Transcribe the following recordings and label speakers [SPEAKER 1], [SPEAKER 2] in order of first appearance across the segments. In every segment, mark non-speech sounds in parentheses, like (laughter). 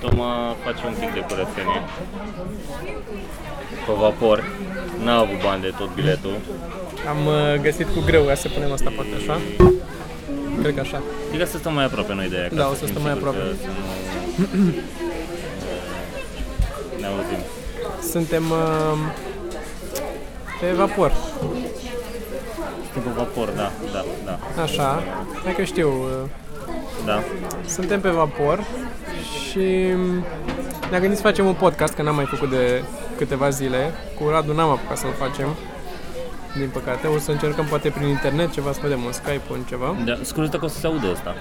[SPEAKER 1] Toma face un pic de curățenie pe vapor. N-a avut bani de tot biletul.
[SPEAKER 2] Am uh, găsit cu greu, ia să punem asta poate așa. Cred că așa.
[SPEAKER 1] Adică să stăm mai aproape noi de aia. ca
[SPEAKER 2] Da, o să
[SPEAKER 1] fim
[SPEAKER 2] stăm mai
[SPEAKER 1] siguri
[SPEAKER 2] aproape.
[SPEAKER 1] că să nu... ne auzim.
[SPEAKER 2] Suntem uh, pe vapor,
[SPEAKER 1] Suntem pe vapor, da, da, da,
[SPEAKER 2] așa. Hai că știu, uh,
[SPEAKER 1] da.
[SPEAKER 2] suntem pe vapor și um, ne-am gândit să facem un podcast, că n-am mai făcut de câteva zile. Cu Radu n-am apucat să-l facem, din păcate. O să încercăm poate prin internet ceva, să vedem un Skype, un ceva.
[SPEAKER 1] da. Scuze că o să se audă asta.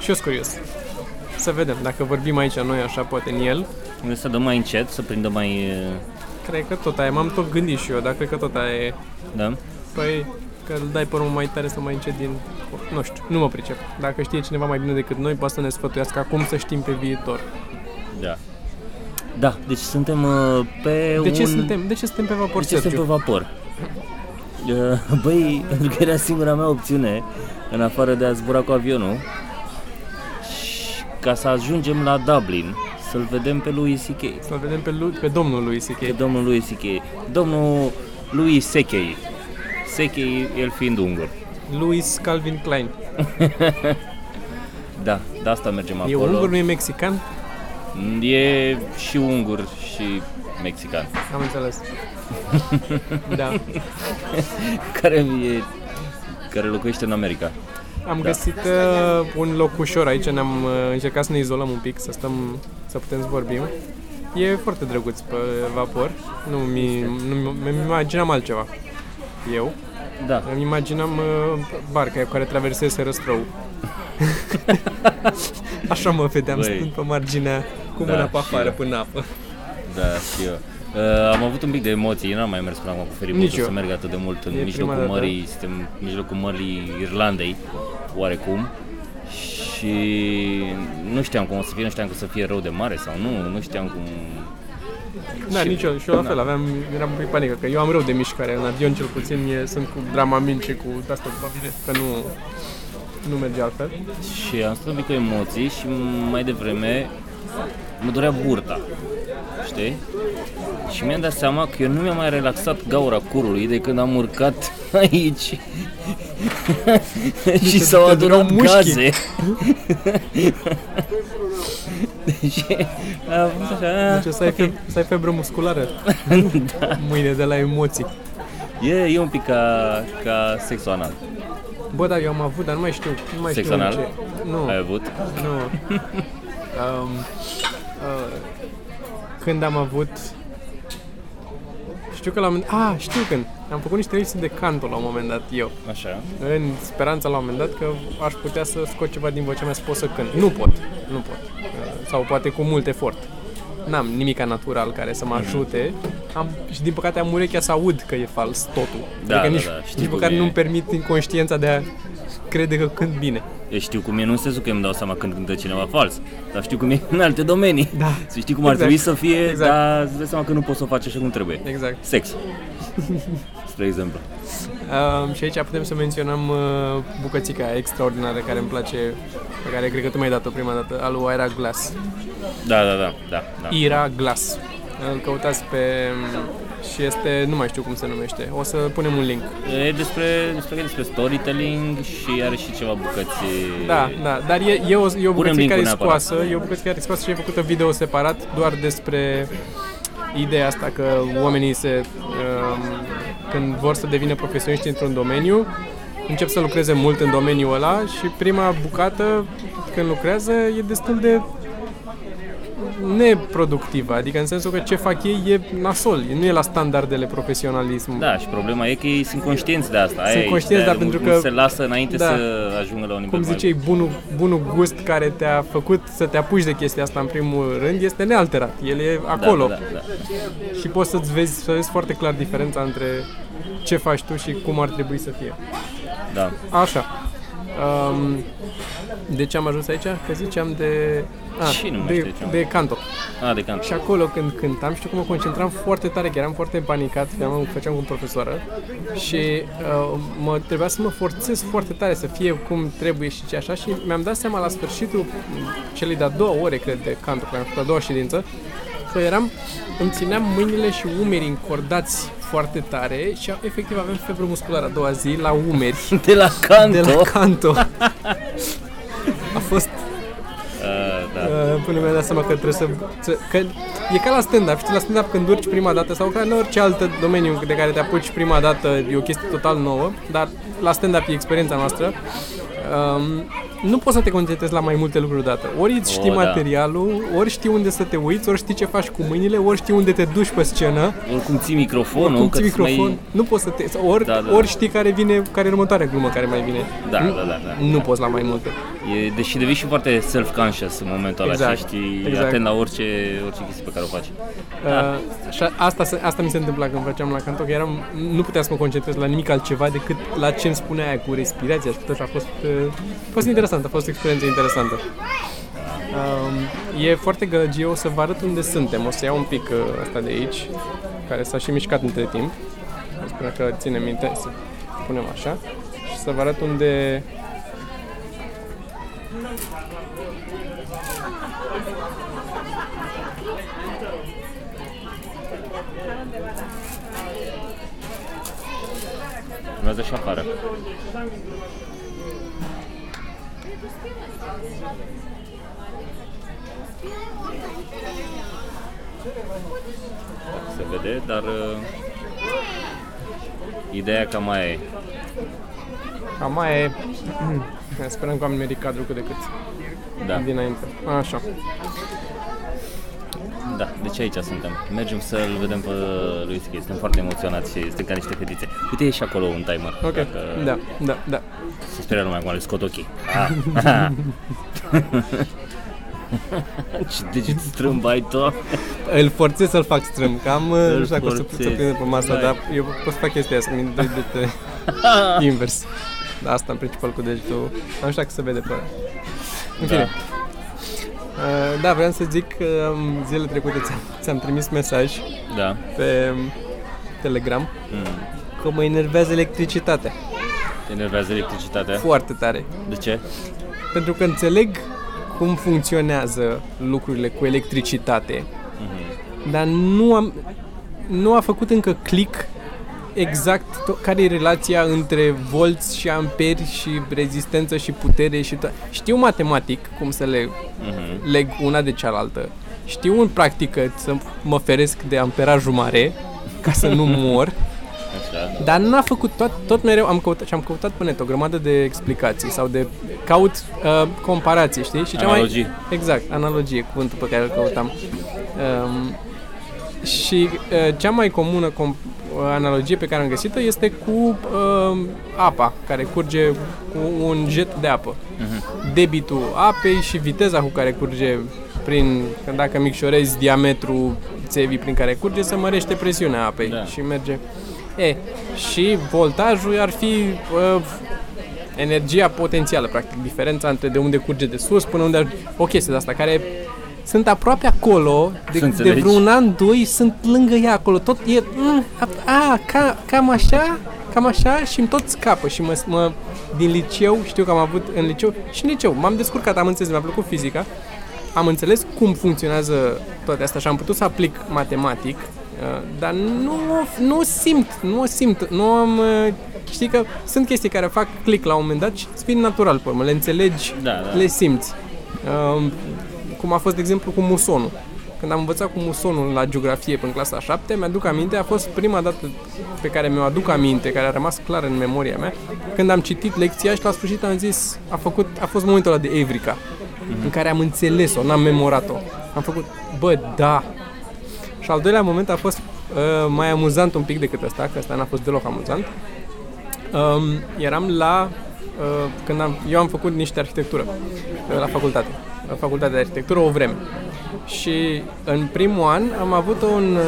[SPEAKER 2] Și eu sunt curios. Să vedem, dacă vorbim aici noi așa, poate în el.
[SPEAKER 1] Trebuie să dăm mai încet, să prindă mai... eh,
[SPEAKER 2] Cred că tot aia, e. m-am tot gândit și eu, dar cred că tot aia e.
[SPEAKER 1] Da?
[SPEAKER 2] Păi, că îl dai părul mai tare sau mai încet din... Nu știu, nu mă pricep. Dacă știe cineva mai bine decât noi, poate să ne sfătuiască acum să știm pe viitor.
[SPEAKER 1] Da. Da, deci suntem uh, pe
[SPEAKER 2] De ce
[SPEAKER 1] un...
[SPEAKER 2] suntem? De ce suntem pe vapor,
[SPEAKER 1] De ce suntem pe
[SPEAKER 2] Sergiu?
[SPEAKER 1] vapor? Uh, Băi, (laughs) pentru că era singura mea opțiune, în afară de a zbura cu avionul, și ca să ajungem la Dublin, să-l vedem pe lui C.K.
[SPEAKER 2] Să-l vedem pe, lui, pe domnul lui
[SPEAKER 1] Pe
[SPEAKER 2] C.K.
[SPEAKER 1] domnul lui C.K. Domnul lui C.K. C.K. el fiind ungur.
[SPEAKER 2] Louis Calvin Klein.
[SPEAKER 1] Da, de asta mergem
[SPEAKER 2] E
[SPEAKER 1] acolo.
[SPEAKER 2] ungur, nu e mexican?
[SPEAKER 1] E și ungur și mexican. (laughs)
[SPEAKER 2] Am înțeles. da.
[SPEAKER 1] Care e care locuiește în America. Da.
[SPEAKER 2] Am găsit uh, un locușor aici, ne-am uh, încercat să ne izolăm un pic, să stăm, să putem să vorbim. E foarte drăguț pe vapor, nu mi, nu mi îmi imaginam altceva. Eu
[SPEAKER 1] Da.
[SPEAKER 2] îmi imaginam uh, barca care traversese răstrău.
[SPEAKER 1] (laughs)
[SPEAKER 2] Așa mă vedeam
[SPEAKER 1] Băi.
[SPEAKER 2] stând pe marginea cu
[SPEAKER 1] Da,
[SPEAKER 2] mâna pe
[SPEAKER 1] și
[SPEAKER 2] afară
[SPEAKER 1] eu.
[SPEAKER 2] până
[SPEAKER 1] (laughs)
[SPEAKER 2] apă.
[SPEAKER 1] Da, și eu. Uh, am avut un pic de emoții, n-am mai mers până acum cu
[SPEAKER 2] Nici
[SPEAKER 1] feribulul
[SPEAKER 2] eu.
[SPEAKER 1] să merg atât de mult în
[SPEAKER 2] E prima
[SPEAKER 1] mijlocul
[SPEAKER 2] dată.
[SPEAKER 1] mării, suntem în mijlocul mării Irlandei, oarecum. Și nu știam cum o să fie, nu știam că o să fie rău de mare sau nu, nu știam cum...
[SPEAKER 2] Da,
[SPEAKER 1] Și-
[SPEAKER 2] nici eu, și eu la fel, aveam, eram un pic panică, că eu am rău de mișcare, în avion cel puțin e, sunt cu Dramamin și cu asta după mine, că nu, nu merge altfel.
[SPEAKER 1] Și am stat un pic cu emoții și mai devreme mă durea burta, știi? Și mi-am dat seama că eu nu mi-am mai relaxat gaura curului de când am urcat (laughs) aici și
[SPEAKER 2] te-
[SPEAKER 1] s-au
[SPEAKER 2] te durau
[SPEAKER 1] adunat
[SPEAKER 2] mușchii.
[SPEAKER 1] gaze.
[SPEAKER 2] (laughs)
[SPEAKER 1] și Deci, a fost așa,
[SPEAKER 2] Deci să ai, feb- să ai febră
[SPEAKER 1] (laughs)
[SPEAKER 2] musculară da. mâine de la emoții.
[SPEAKER 1] e, e un pic ca, ca sexul anal.
[SPEAKER 2] Bă, da, eu am avut, dar nu mai știu. Nu mai
[SPEAKER 1] Sex
[SPEAKER 2] știu
[SPEAKER 1] anal?
[SPEAKER 2] ce. Nu,
[SPEAKER 1] Ai avut?
[SPEAKER 2] nu.
[SPEAKER 1] (laughs)
[SPEAKER 2] um, uh, când am avut... Știu că la un moment... Ah, știu când. Am făcut niște lipsi de canto la un moment dat, eu.
[SPEAKER 1] Așa.
[SPEAKER 2] În speranța la un moment dat că aș putea să scot ceva din vocea mea să pot să cânt. Nu pot, nu pot. Uh, Sau poate cu mult efort. N-am nimica natural care să mă
[SPEAKER 1] Mhm.
[SPEAKER 2] ajute am, și din păcate am urechea să aud că e fals totul. Adică
[SPEAKER 1] Da, da,
[SPEAKER 2] nici,
[SPEAKER 1] da, știi
[SPEAKER 2] nici
[SPEAKER 1] cum
[SPEAKER 2] măcar
[SPEAKER 1] e.
[SPEAKER 2] nu-mi permit inconștiența de a crede că cânt bine.
[SPEAKER 1] Eu știu cum e, nu în sensul că îmi dau seama când cântă cineva fals, dar știu cum e în alte domenii.
[SPEAKER 2] Da.
[SPEAKER 1] Să știi cum ar
[SPEAKER 2] Exact.
[SPEAKER 1] trebui să fie,
[SPEAKER 2] Exact.
[SPEAKER 1] dar îți dai seama că nu poți să o faci așa cum trebuie.
[SPEAKER 2] Exact. (laughs)
[SPEAKER 1] Sex. Spre exemplu.
[SPEAKER 2] Um, și aici putem să menționăm uh, bucățica aia extraordinară care îmi place, pe care cred că tu mi-ai dat-o prima dată, al lui Ira Glass.
[SPEAKER 1] Da, da, da, da, da.
[SPEAKER 2] Ira Glass. Îl căutați pe... și este... nu mai știu cum se numește. O să punem un link.
[SPEAKER 1] E despre, despre, că e despre storytelling și are și ceva bucăți.
[SPEAKER 2] Da, da, dar e, e o, e o bucățică
[SPEAKER 1] link-ul
[SPEAKER 2] care e
[SPEAKER 1] neapărat.
[SPEAKER 2] scoasă, e o bucățică care e scoasă și e făcută video separat doar despre ideea asta că oamenii se, um, când vor să devină profesioniști într-un domeniu, încep să lucreze mult în domeniul ăla și prima bucată când lucrează e destul de neproductivă, adică în sensul că ce fac ei e nasol, nu e la standardele profesionalismului.
[SPEAKER 1] Da, și problema e că ei sunt conștienți de asta. Aia e,
[SPEAKER 2] conștienți,
[SPEAKER 1] de-aia
[SPEAKER 2] dar pentru
[SPEAKER 1] nu
[SPEAKER 2] că-
[SPEAKER 1] se lasă înainte
[SPEAKER 2] da.
[SPEAKER 1] să ajungă la un nivel
[SPEAKER 2] cum
[SPEAKER 1] mai
[SPEAKER 2] zicei, bunul, bunul gust care te-a făcut să te apuci de chestia asta în primul rând este nealterat. El e
[SPEAKER 1] bun.
[SPEAKER 2] acolo
[SPEAKER 1] Da, da, da.
[SPEAKER 2] și poți să-ți vezi, să vezi foarte clar diferența între ce faci tu și cum ar trebui să fie.
[SPEAKER 1] da.
[SPEAKER 2] Așa. Um, de ce am ajuns aici? Că ziceam de...
[SPEAKER 1] Și nu mai
[SPEAKER 2] de,
[SPEAKER 1] știu ce am-
[SPEAKER 2] de canto.
[SPEAKER 1] da. A, de cant.
[SPEAKER 2] Exact, Și acolo când cântam, știu că mă concentram foarte tare, că eram foarte panicat, că am făceam cu profesoară și uh, mă trebuia să mă forțez foarte tare să fie cum trebuie și ce așa și mi-am dat seama la sfârșitul celei de-a doua ore, cred, de canto, că am făcut a doua ședință, că eram, îmi țineam mâinile și umerii încordați foarte tare și efectiv avem febră musculară a doua zi la umeri,
[SPEAKER 1] De la
[SPEAKER 2] de
[SPEAKER 1] canto.
[SPEAKER 2] la
[SPEAKER 1] (laughs)
[SPEAKER 2] canto. A fost
[SPEAKER 1] Uh, da.
[SPEAKER 2] Uh, până mi-am dat seama că trebuie să... să că e ca la stand-up, știi, la stand-up când urci prima dată sau ca în orice altă domeniu de care te apuci prima dată e o chestie total nouă, dar la stand-up e experiența noastră. Um, nu poți să te concentrezi la mai multe lucruri odată. Ori îți știi
[SPEAKER 1] O, da.
[SPEAKER 2] materialul, ori știi unde să te uiți, ori știi ce faci cu mâinile, ori știi unde te duci pe scenă,
[SPEAKER 1] Oricum ții microfonul,
[SPEAKER 2] cum
[SPEAKER 1] că
[SPEAKER 2] ții microfon,
[SPEAKER 1] Mai...
[SPEAKER 2] nu poți să te... sau Ori,
[SPEAKER 1] Da,
[SPEAKER 2] da,
[SPEAKER 1] da.
[SPEAKER 2] da. ori știi care vine, care e următoarea glumă care mai vine. Hm?
[SPEAKER 1] Da,
[SPEAKER 2] nu,
[SPEAKER 1] da, da, da.
[SPEAKER 2] Nu poți la mai multe.
[SPEAKER 1] E, deși devii și foarte self-conscious în momentul ăla
[SPEAKER 2] Exact,
[SPEAKER 1] și știi,
[SPEAKER 2] exact.
[SPEAKER 1] atent la orice, orice chestie pe care o faci.
[SPEAKER 2] Uh, și a- asta, se- asta mi se întâmpla când făceam la canto, că eram, nu puteam să mă concentrez la nimic altceva decât la ce îmi spunea aia cu respirația și tot așa a fost, uh, a fost interesant, a fost o experiență interesantă. Um, e foarte gălăgie, o să vă arăt unde suntem, o să iau un pic uh, asta de aici, care s-a și mișcat între timp, sper că ține minte, să punem așa, și să vă arăt unde,
[SPEAKER 1] Urmează și afară. Dacă se vede, dar uh, ideea cam mai e.
[SPEAKER 2] cam mai e, (clears throat) sperăm că am nimerit cadrul cât de cât
[SPEAKER 1] Da,
[SPEAKER 2] dinainte, așa.
[SPEAKER 1] da, deci aici suntem. Mergem să-l vedem pe lui Schi. Suntem foarte emoționați și suntem ca niște fetițe. Uite, e și acolo un timer.
[SPEAKER 2] Ok,
[SPEAKER 1] Dacă-
[SPEAKER 2] da, da, da.
[SPEAKER 1] Se speria numai acum, le scot ochii. Ah,
[SPEAKER 2] (laughs)
[SPEAKER 1] ah. Ce deget strâmb ai tu?
[SPEAKER 2] Îl forțez să-l fac strâm, cam nu știu dacă o să,
[SPEAKER 1] forțezi.
[SPEAKER 2] să prinde pe masă,
[SPEAKER 1] Da.
[SPEAKER 2] dar eu pot să fac chestia asta, mi doi dete
[SPEAKER 1] (laughs)
[SPEAKER 2] invers. Da, asta în principal cu degetul, nu știu dacă se vede pe ăla. În
[SPEAKER 1] Da.
[SPEAKER 2] fine. Uh, Da, vreau să zic că um, zilele trecute ți-am, ți-am trimis mesaj
[SPEAKER 1] Da.
[SPEAKER 2] pe um, Telegram
[SPEAKER 1] Mm.
[SPEAKER 2] că mă enervează electricitatea
[SPEAKER 1] Te enervează electricitatea?
[SPEAKER 2] foarte tare.
[SPEAKER 1] De ce?
[SPEAKER 2] Pentru că înțeleg cum funcționează lucrurile cu electricitate,
[SPEAKER 1] Mhm.
[SPEAKER 2] dar nu am nu a făcut încă click exact to- care e relația între volți și amperi și rezistență și putere și to- știu matematic cum să le
[SPEAKER 1] Mhm.
[SPEAKER 2] leg una de cealaltă. Știu în practică să mă feresc de amperajul mare ca să
[SPEAKER 1] (laughs)
[SPEAKER 2] nu mor,
[SPEAKER 1] Așa. da.
[SPEAKER 2] Da, dar n-a făcut tot, tot mereu am căutat și am căutat pe net o grămadă de explicații sau de caut uh, comparații, știi? Și
[SPEAKER 1] Analogii.
[SPEAKER 2] mai Exact, analogie, cuvântul pe care îl căutam. Um, și uh, cea mai comună com- analogie pe care am găsit-o este cu uh, apa, care curge cu un jet de apă.
[SPEAKER 1] Mhm.
[SPEAKER 2] Debitul apei și viteza cu care curge prin, că dacă micșorezi diametrul țevii prin care curge, se mărește presiunea apei
[SPEAKER 1] Da.
[SPEAKER 2] și merge. E, și voltajul ar fi uh, energia potențială, practic, diferența între de unde curge de sus până unde ajunge. O chestie de asta care sunt aproape acolo,
[SPEAKER 1] Să
[SPEAKER 2] de, de
[SPEAKER 1] înțelegi.
[SPEAKER 2] vreun an, doi, sunt lângă ea acolo, tot e, mm, a, a ca, cam așa, cam așa și îmi tot scapă și mă, mă, din liceu, știu că am avut în liceu și în liceu, m-am descurcat, am înțeles, mi-a plăcut fizica, am înțeles cum funcționează toate astea și am putut să aplic matematic, uh, dar nu, nu simt, nu o simt, nu am, uh, știi că sunt chestii care fac click la un moment dat și îți vin natural pe urmă, le înțelegi,
[SPEAKER 1] Da, da.
[SPEAKER 2] le simți. Um, cum a fost, de exemplu, cu musonul. Când am învățat cu musonul la geografie până în clasa 7, mi-aduc aminte, a fost prima dată pe care mi-o aduc aminte, care a rămas clar în memoria mea, când am citit lecția și la sfârșit am zis, a, făcut, a fost momentul ăla de Evrica, în care am înțeles-o, n-am memorat-o. Am făcut, bă, da! Și al doilea moment a fost uh, mai amuzant un pic decât ăsta, că ăsta n-a fost deloc amuzant. Um, eram la... Uh, când am, eu am făcut niște arhitectură uh, la facultate. La facultatea de arhitectură o vreme. Și în primul an am avut un... Um,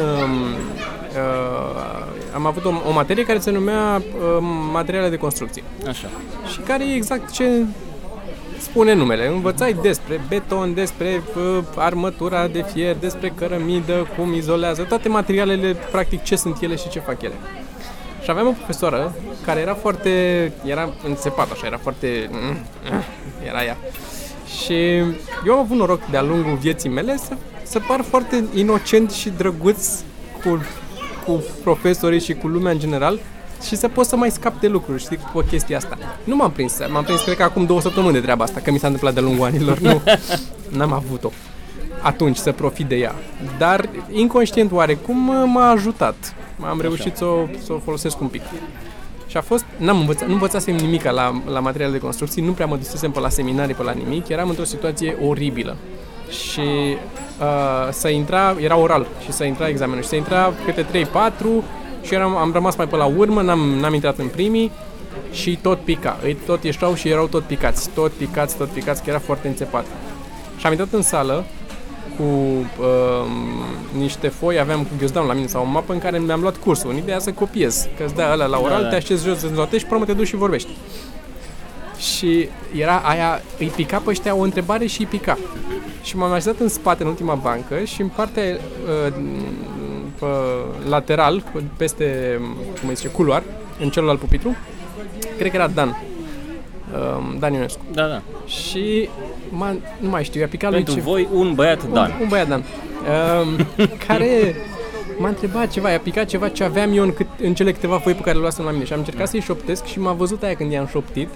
[SPEAKER 2] uh, am avut o, o materie care se um, numea uh, materiale de construcție
[SPEAKER 1] Așa.
[SPEAKER 2] și care e exact ce spune numele. Învățai despre beton, despre uh, armătura de fier, despre cărămidă, cum izolează, toate materialele, practic ce sunt ele și ce fac ele. Și aveam o profesoară care era foarte, era înțepată așa, era foarte, era ea. Și eu am avut noroc de-a lungul vieții mele să, să par foarte inocent și drăguț cu, cu profesorii și cu lumea în general și să pot să mai scap de lucruri, știi, cu chestia asta. Nu m-am prins, m-am prins cred că acum două săptămâni de treaba asta, că mi s-a întâmplat de-a lungul anilor, nu, n-am avut-o atunci să profit de ea. Dar inconștient oarecum m-a ajutat. Am reușit să o, să o folosesc un pic. Și a fost, n-am învățat, nu învățasem nimic la, la materiale de construcții, nu prea mă dusesem pe la seminarii, pe la nimic, eram într-o situație oribilă. Și uh, să intra, era oral și să intra examenul și să intra câte 3-4 și eram, am rămas mai pe la urmă, n-am, n-am intrat în primii și tot pica. Ei tot ieșeau și erau tot picați, tot picați, tot picați, că era foarte înțepat. Și am intrat în sală cu uh, niște foi, aveam cu ghiozdan la mine sau o mapă în care mi-am luat cursul. În ideea să copiez, că îți dai ăla la oral,
[SPEAKER 1] da.
[SPEAKER 2] te așezi jos în note și pe urmă te duci și vorbești. Și era aia, îi pica pe ăștia o întrebare și îi pica. Și m-am așezat în spate, în ultima bancă și în partea uh, pe lateral, peste, cum îi zice, culoar, în celălalt pupitru, cred că era Dan. Uh, Dan Ionescu.
[SPEAKER 1] Da, da.
[SPEAKER 2] Și m-a, nu mai știu, i-a picat
[SPEAKER 1] Pentru
[SPEAKER 2] lui ce...
[SPEAKER 1] voi, un băiat Dan.
[SPEAKER 2] Un, un băiat Dan. Um, care m-a întrebat ceva, i-a picat ceva ce aveam eu în, cât, în cele câteva foi pe care le luasem la mine și am încercat să-i șoptesc și m-a văzut aia când i-am șoptit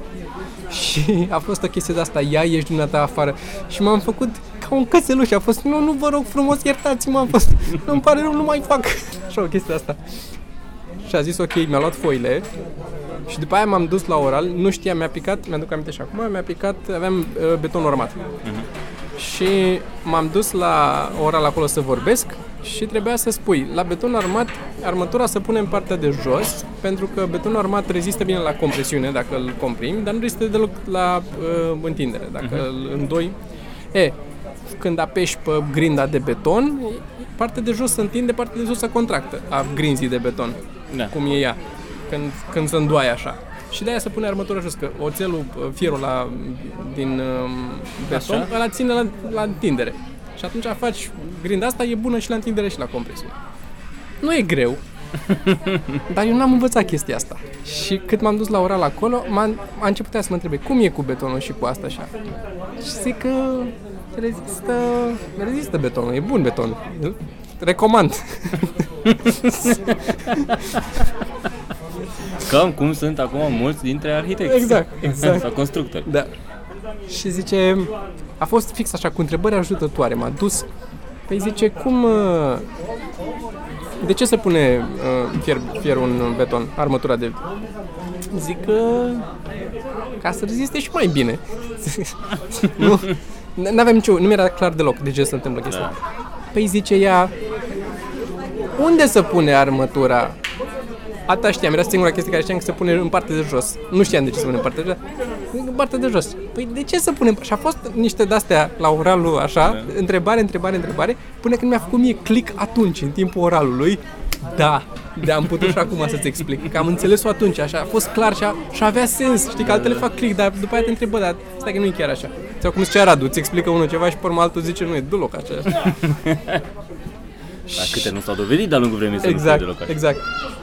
[SPEAKER 2] și (laughs) a fost o chestie de asta, ia ieși dumneata afară și m-am făcut ca un cățeluș, a fost, nu, nu vă rog frumos, iertați-mă, am fost, îmi pare rău, nu mai fac (laughs) și o chestie de asta. Și a zis, ok, mi-a luat foile și după aia m-am dus la oral, nu știam, mi-a picat, mi-aduc aminte și acum, mi-a picat, aveam uh, beton urmat. Și m-am dus la oral acolo să vorbesc și trebuia să spui, la beton armat, armătura să pune în partea de jos, pentru că betonul armat rezistă bine la compresiune dacă îl comprimi, dar nu rezistă deloc la uh, întindere, dacă îl îndoi. E, când apeși pe grinda de beton, partea de jos se întinde, partea de jos se contractă a grinzii de beton
[SPEAKER 1] Da.
[SPEAKER 2] cum e ea, când, când se îndoaie așa. Și de-aia se pune armătura jos, că oțelul, uh, fierul la, din um, beton,
[SPEAKER 1] Așa.
[SPEAKER 2] așa? ăla ține la, la întindere. Și atunci faci grinda asta, e bună și la întindere și la compresiune. Nu e greu, dar eu n-am învățat chestia asta. Și cât m-am dus la oral acolo, m-a, a început ea să mă întrebe cum e cu betonul și cu asta așa. Și zic că rezistă, rezistă betonul, e bun beton. Recomand.
[SPEAKER 1] Cam cum sunt acum mulți dintre arhitecți.
[SPEAKER 2] Exact, exact.
[SPEAKER 1] Sau constructori.
[SPEAKER 2] Da. Și zice, a fost fix așa, cu întrebări ajutătoare, m-a dus. Păi zice, cum... uh, De ce se pune uh, fier, fierul în beton, armătura de... Zic că... Ca să reziste și mai bine. (laughs) nu? N- N-aveam nicio... Nu mi-era clar deloc de ce se întâmplă chestia.
[SPEAKER 1] Da.
[SPEAKER 2] Da. Păi zice ea, unde se pune armătura? Asta știam, era singura chestie care știam că se pune în partea de jos. Nu știam de ce se pune în partea de jos. Zic, În partea de jos. Păi de ce se pune? Și a fost niște de-astea la oralul așa,
[SPEAKER 1] Da.
[SPEAKER 2] întrebare, întrebare, întrebare, până când mi-a făcut mie click atunci, în timpul oralului. Da, de am putut și acum să-ți explic, că am înțeles-o atunci, așa, a fost clar și, a, și avea sens, știi, că altele fac click, dar după aia te întrebă, dar stai că nu e chiar așa. Sau cum zicea Radu, îți explică unul ceva și pe urmă altul zice, nu e deloc așa.
[SPEAKER 1] Dar câte nu s-au dovedit de-a lungul vremii să
[SPEAKER 2] Exact,
[SPEAKER 1] nu fie deloc așa.
[SPEAKER 2] exact.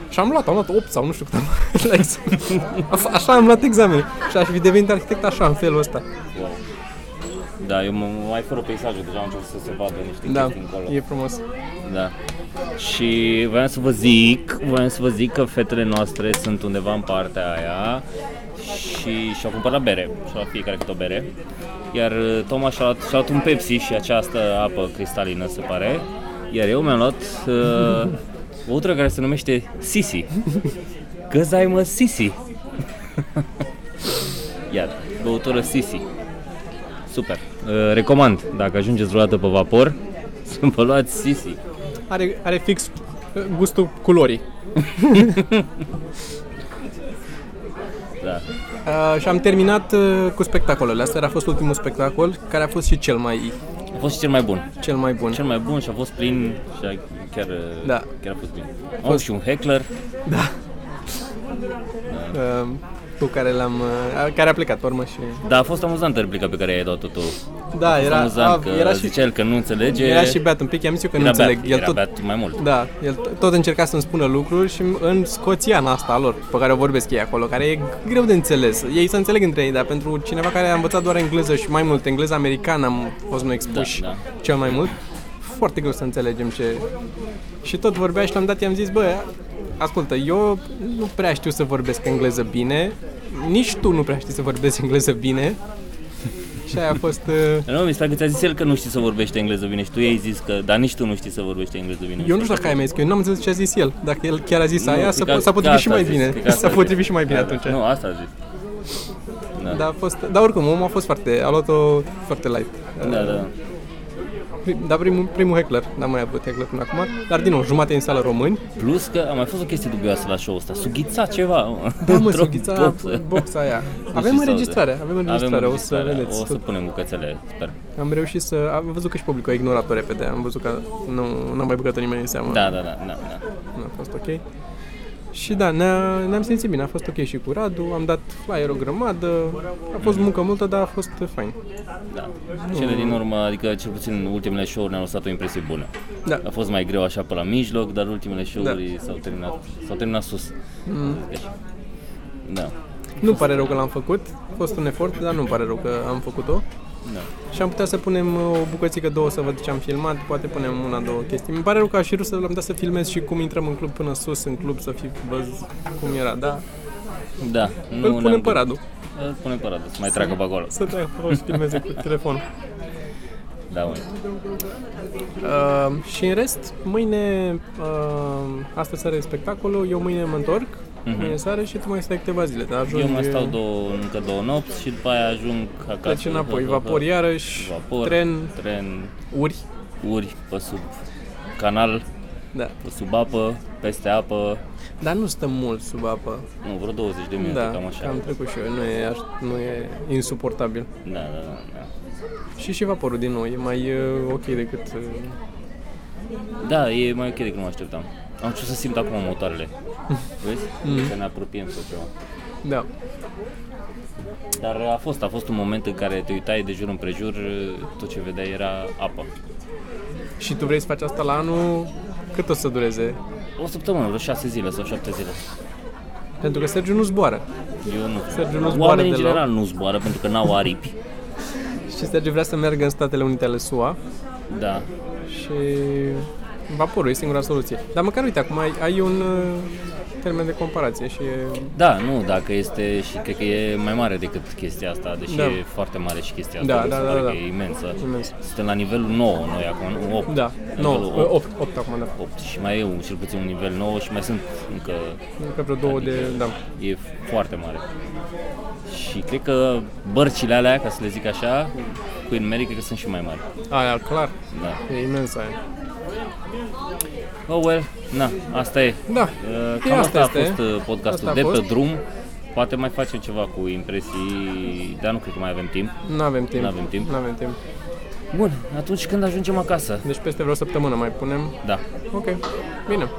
[SPEAKER 2] Și am luat, am luat 8 sau nu știu cât am luat (laughs) la examen. A- Așa am luat examen și aș fi devenit arhitect așa, în felul ăsta.
[SPEAKER 1] Wow. Da, eu mă mai fără peisajul, deja am început să se vadă niște
[SPEAKER 2] Da,
[SPEAKER 1] chestii încolo.
[SPEAKER 2] e frumos.
[SPEAKER 1] Da. Și voiam să vă zic, voiam să vă zic că fetele noastre sunt undeva în partea aia și și-au cumpărat bere, și-au luat fiecare câte o bere. Iar uh, Toma și-a luat, și-a luat un Pepsi și această apă cristalină, se pare. Iar eu mi-am luat uh, o utră care se numește Sisi. Cause I'm a Sisi. (laughs) Iar, băutură Sisi. Super. Uh, recomand, dacă ajungeți vreodată pe vapor, (laughs) să vă luați Sisi.
[SPEAKER 2] Are, are fix uh, gustul culorii.
[SPEAKER 1] Da.
[SPEAKER 2] Uh, și am terminat uh, cu spectacolele. Asta a fost ultimul spectacol, care a fost și cel mai,
[SPEAKER 1] A fost și cel mai bun.
[SPEAKER 2] cel mai bun.
[SPEAKER 1] Cel mai bun și a fost plin și a, chiar,
[SPEAKER 2] Da.
[SPEAKER 1] chiar a fost bine. Au și un heckler.
[SPEAKER 2] Uh, cu care l-am... uh, care a plecat pe urmă și...
[SPEAKER 1] Dar a fost amuzantă replica pe care ai dat-o tu.
[SPEAKER 2] Da, era,
[SPEAKER 1] amuzant
[SPEAKER 2] a,
[SPEAKER 1] că
[SPEAKER 2] era și...
[SPEAKER 1] zicea el că nu înțelege.
[SPEAKER 2] Era și beat un pic, i-am zis eu că nu
[SPEAKER 1] era beat,
[SPEAKER 2] înțeleg. el
[SPEAKER 1] era
[SPEAKER 2] tot,
[SPEAKER 1] beat mai mult.
[SPEAKER 2] Da, el t- tot încerca să-mi spună lucruri și în scoțiana asta a lor, pe care o vorbesc ei acolo, care e greu de înțeles. Ei se înțeleg între ei, dar pentru cineva care a învățat doar engleză și mai mult engleză americană am fost noi expuși
[SPEAKER 1] Da,
[SPEAKER 2] da,
[SPEAKER 1] da.
[SPEAKER 2] da. cel mai mult, foarte greu să înțelegem ce... Și tot vorbea și la un dat i-am zis, bă, ascultă, eu nu prea știu să vorbesc engleză bine, nici tu nu prea știi să vorbești engleză bine. Și aia a fost... uh,
[SPEAKER 1] Nu, mi se pare că ți-a zis el că nu știi să vorbești engleză bine și tu i-ai zis că, dar nici tu nu știi să vorbești engleză bine.
[SPEAKER 2] Eu nu știu dacă ai mai zis, că eu n-am înțeles ce a zis el. Dacă el chiar a zis
[SPEAKER 1] Nu,
[SPEAKER 2] aia,
[SPEAKER 1] cred
[SPEAKER 2] s-a,
[SPEAKER 1] că-
[SPEAKER 2] po- s-a
[SPEAKER 1] că
[SPEAKER 2] potrivit și
[SPEAKER 1] asta
[SPEAKER 2] mai
[SPEAKER 1] a zis,
[SPEAKER 2] bine.
[SPEAKER 1] cred că asta
[SPEAKER 2] S-a
[SPEAKER 1] a zis.
[SPEAKER 2] potrivit și mai bine
[SPEAKER 1] Da,
[SPEAKER 2] atunci.
[SPEAKER 1] Da, nu, asta a zis. Da,
[SPEAKER 2] Dar, a fost, dar oricum, omul a fost foarte, a luat-o foarte light.
[SPEAKER 1] da, da.
[SPEAKER 2] Prim- Dar primul, primul heckler, n-am mai avut heckler până acum, dar din nou, jumate în sală români.
[SPEAKER 1] Plus că a mai fost o chestie dubioasă la show-ul ăsta. Sughița ceva. mă.
[SPEAKER 2] Da, mă,
[SPEAKER 1] Într-o
[SPEAKER 2] sughița
[SPEAKER 1] boxă.
[SPEAKER 2] boxa aia.
[SPEAKER 1] Nu
[SPEAKER 2] Avem
[SPEAKER 1] știu să
[SPEAKER 2] înregistrare,
[SPEAKER 1] aude.
[SPEAKER 2] avem înregistrare, o să
[SPEAKER 1] înregistrare.
[SPEAKER 2] vedeți.
[SPEAKER 1] O să punem bucățele, sper.
[SPEAKER 2] Am reușit să, am văzut că și publicul a ignorat-o repede, am văzut că nu, n-am mai băgat nimeni în seamă.
[SPEAKER 1] Da, da, da, da, da.
[SPEAKER 2] Nu a fost ok. Și da, ne-a, ne-am simțit bine, a fost ok și cu Radu, am dat flyer o grămadă, a fost muncă multă, dar a fost uh, fain.
[SPEAKER 1] da. Cele din urmă, adică cel puțin ultimele show-uri ne-au lăsat o impresie bună.
[SPEAKER 2] Da.
[SPEAKER 1] A fost mai greu așa pe la mijloc, dar ultimele show-uri s-au terminat, s-au terminat sus. Mm. Da.
[SPEAKER 2] Nu pare rău că l-am făcut, a fost un efort, dar nu pare rău că am făcut-o.
[SPEAKER 1] Da.
[SPEAKER 2] Și am putea să punem uh, o bucățică, două, să văd ce am filmat, poate punem una, două chestii. Mi pare rău că aș fi vrut să l-am dat să filmez și cum intrăm în club până sus, în club, să fi văz cum era, da?
[SPEAKER 1] Da, nu
[SPEAKER 2] Îl punem
[SPEAKER 1] ne-am
[SPEAKER 2] pe Radu,
[SPEAKER 1] gândit. Îl punem pe Radu, să mai treacă pe acolo.
[SPEAKER 2] să te să filmeze cu telefonul.
[SPEAKER 1] Da, uite.
[SPEAKER 2] Uh, și în rest, mâine, uh, astăzi seară e spectacolul, eu mâine mă întorc, uh-huh. mâine seară și tu mai stai câteva zile. Te ajungi,
[SPEAKER 1] Mhm. Eu mai stau două, încă două nopți și după aia ajung acasă.
[SPEAKER 2] Pleci înapoi, vapor iarăși,
[SPEAKER 1] da, Vapor,
[SPEAKER 2] tren,
[SPEAKER 1] tren,
[SPEAKER 2] uri,
[SPEAKER 1] uri pe sub canal,
[SPEAKER 2] da.
[SPEAKER 1] pe sub apă, peste apă,
[SPEAKER 2] Dar nu stăm mult sub apă.
[SPEAKER 1] nu, vreo 20 de minute,
[SPEAKER 2] Da,
[SPEAKER 1] cam așa.
[SPEAKER 2] am trecut și eu, nu e, aș- nu e insuportabil.
[SPEAKER 1] Da, da, da, da.
[SPEAKER 2] Și și vaporul din nou, e mai uh, ok decât... Uh,
[SPEAKER 1] Da, e mai ok decât mă așteptam. Am ce să simt acum
[SPEAKER 2] (laughs)
[SPEAKER 1] motoarele. Vezi?
[SPEAKER 2] Mm.
[SPEAKER 1] Că ne apropiem sau ceva.
[SPEAKER 2] da,
[SPEAKER 1] Dar a fost, a fost un moment în care te uitai de jur împrejur, tot ce vedeai era apă.
[SPEAKER 2] și tu vrei să faci asta la anul, cât o să dureze?
[SPEAKER 1] O săptămână, vreo 6 zile sau 7 zile.
[SPEAKER 2] Pentru că Sergiu nu zboară.
[SPEAKER 1] Eu nu.
[SPEAKER 2] Sergiu nu zboară
[SPEAKER 1] Oamenii în
[SPEAKER 2] deloc.
[SPEAKER 1] general nu zboară pentru că n-au aripi.
[SPEAKER 2] Și Sergiu vrea să meargă în Statele Unite ale SUA.
[SPEAKER 1] Da.
[SPEAKER 2] Și vaporul e singura soluție. Dar măcar, uite, acum ai, ai un uh, termen de comparație și e...
[SPEAKER 1] Da, nu, dacă este și cred că e mai mare decât chestia asta, deși
[SPEAKER 2] Da.
[SPEAKER 1] e foarte mare și chestia
[SPEAKER 2] Da,
[SPEAKER 1] asta, mi se
[SPEAKER 2] da, da,
[SPEAKER 1] pare
[SPEAKER 2] da.
[SPEAKER 1] că e imensă.
[SPEAKER 2] Imens.
[SPEAKER 1] Suntem la nivelul 9 noi acum, 8.
[SPEAKER 2] Da,
[SPEAKER 1] nivelul
[SPEAKER 2] 9, 8, 8 acum, da.
[SPEAKER 1] 8 și mai e un- cel puțin un nivel 9 și mai sunt încă,
[SPEAKER 2] Încă vreo două de... Da.
[SPEAKER 1] e foarte mare. Și cred că bărcile alea, ca să le zic așa, cu Mary cred că sunt și mai mari.
[SPEAKER 2] Aia, clar,
[SPEAKER 1] Da.
[SPEAKER 2] e imens aia.
[SPEAKER 1] Oh well, na, asta e.
[SPEAKER 2] Da,
[SPEAKER 1] Uh,
[SPEAKER 2] e
[SPEAKER 1] Cam asta,
[SPEAKER 2] este.
[SPEAKER 1] a fost uh, podcastul
[SPEAKER 2] Asta a
[SPEAKER 1] de
[SPEAKER 2] fost.
[SPEAKER 1] pe drum. Poate mai facem ceva cu impresii, dar nu cred că mai avem timp.
[SPEAKER 2] Nu avem timp.
[SPEAKER 1] N-avem timp.
[SPEAKER 2] Nu avem timp.
[SPEAKER 1] Bun, atunci când ajungem acasă?
[SPEAKER 2] Deci peste vreo săptămână mai punem.
[SPEAKER 1] Da.
[SPEAKER 2] Ok, bine.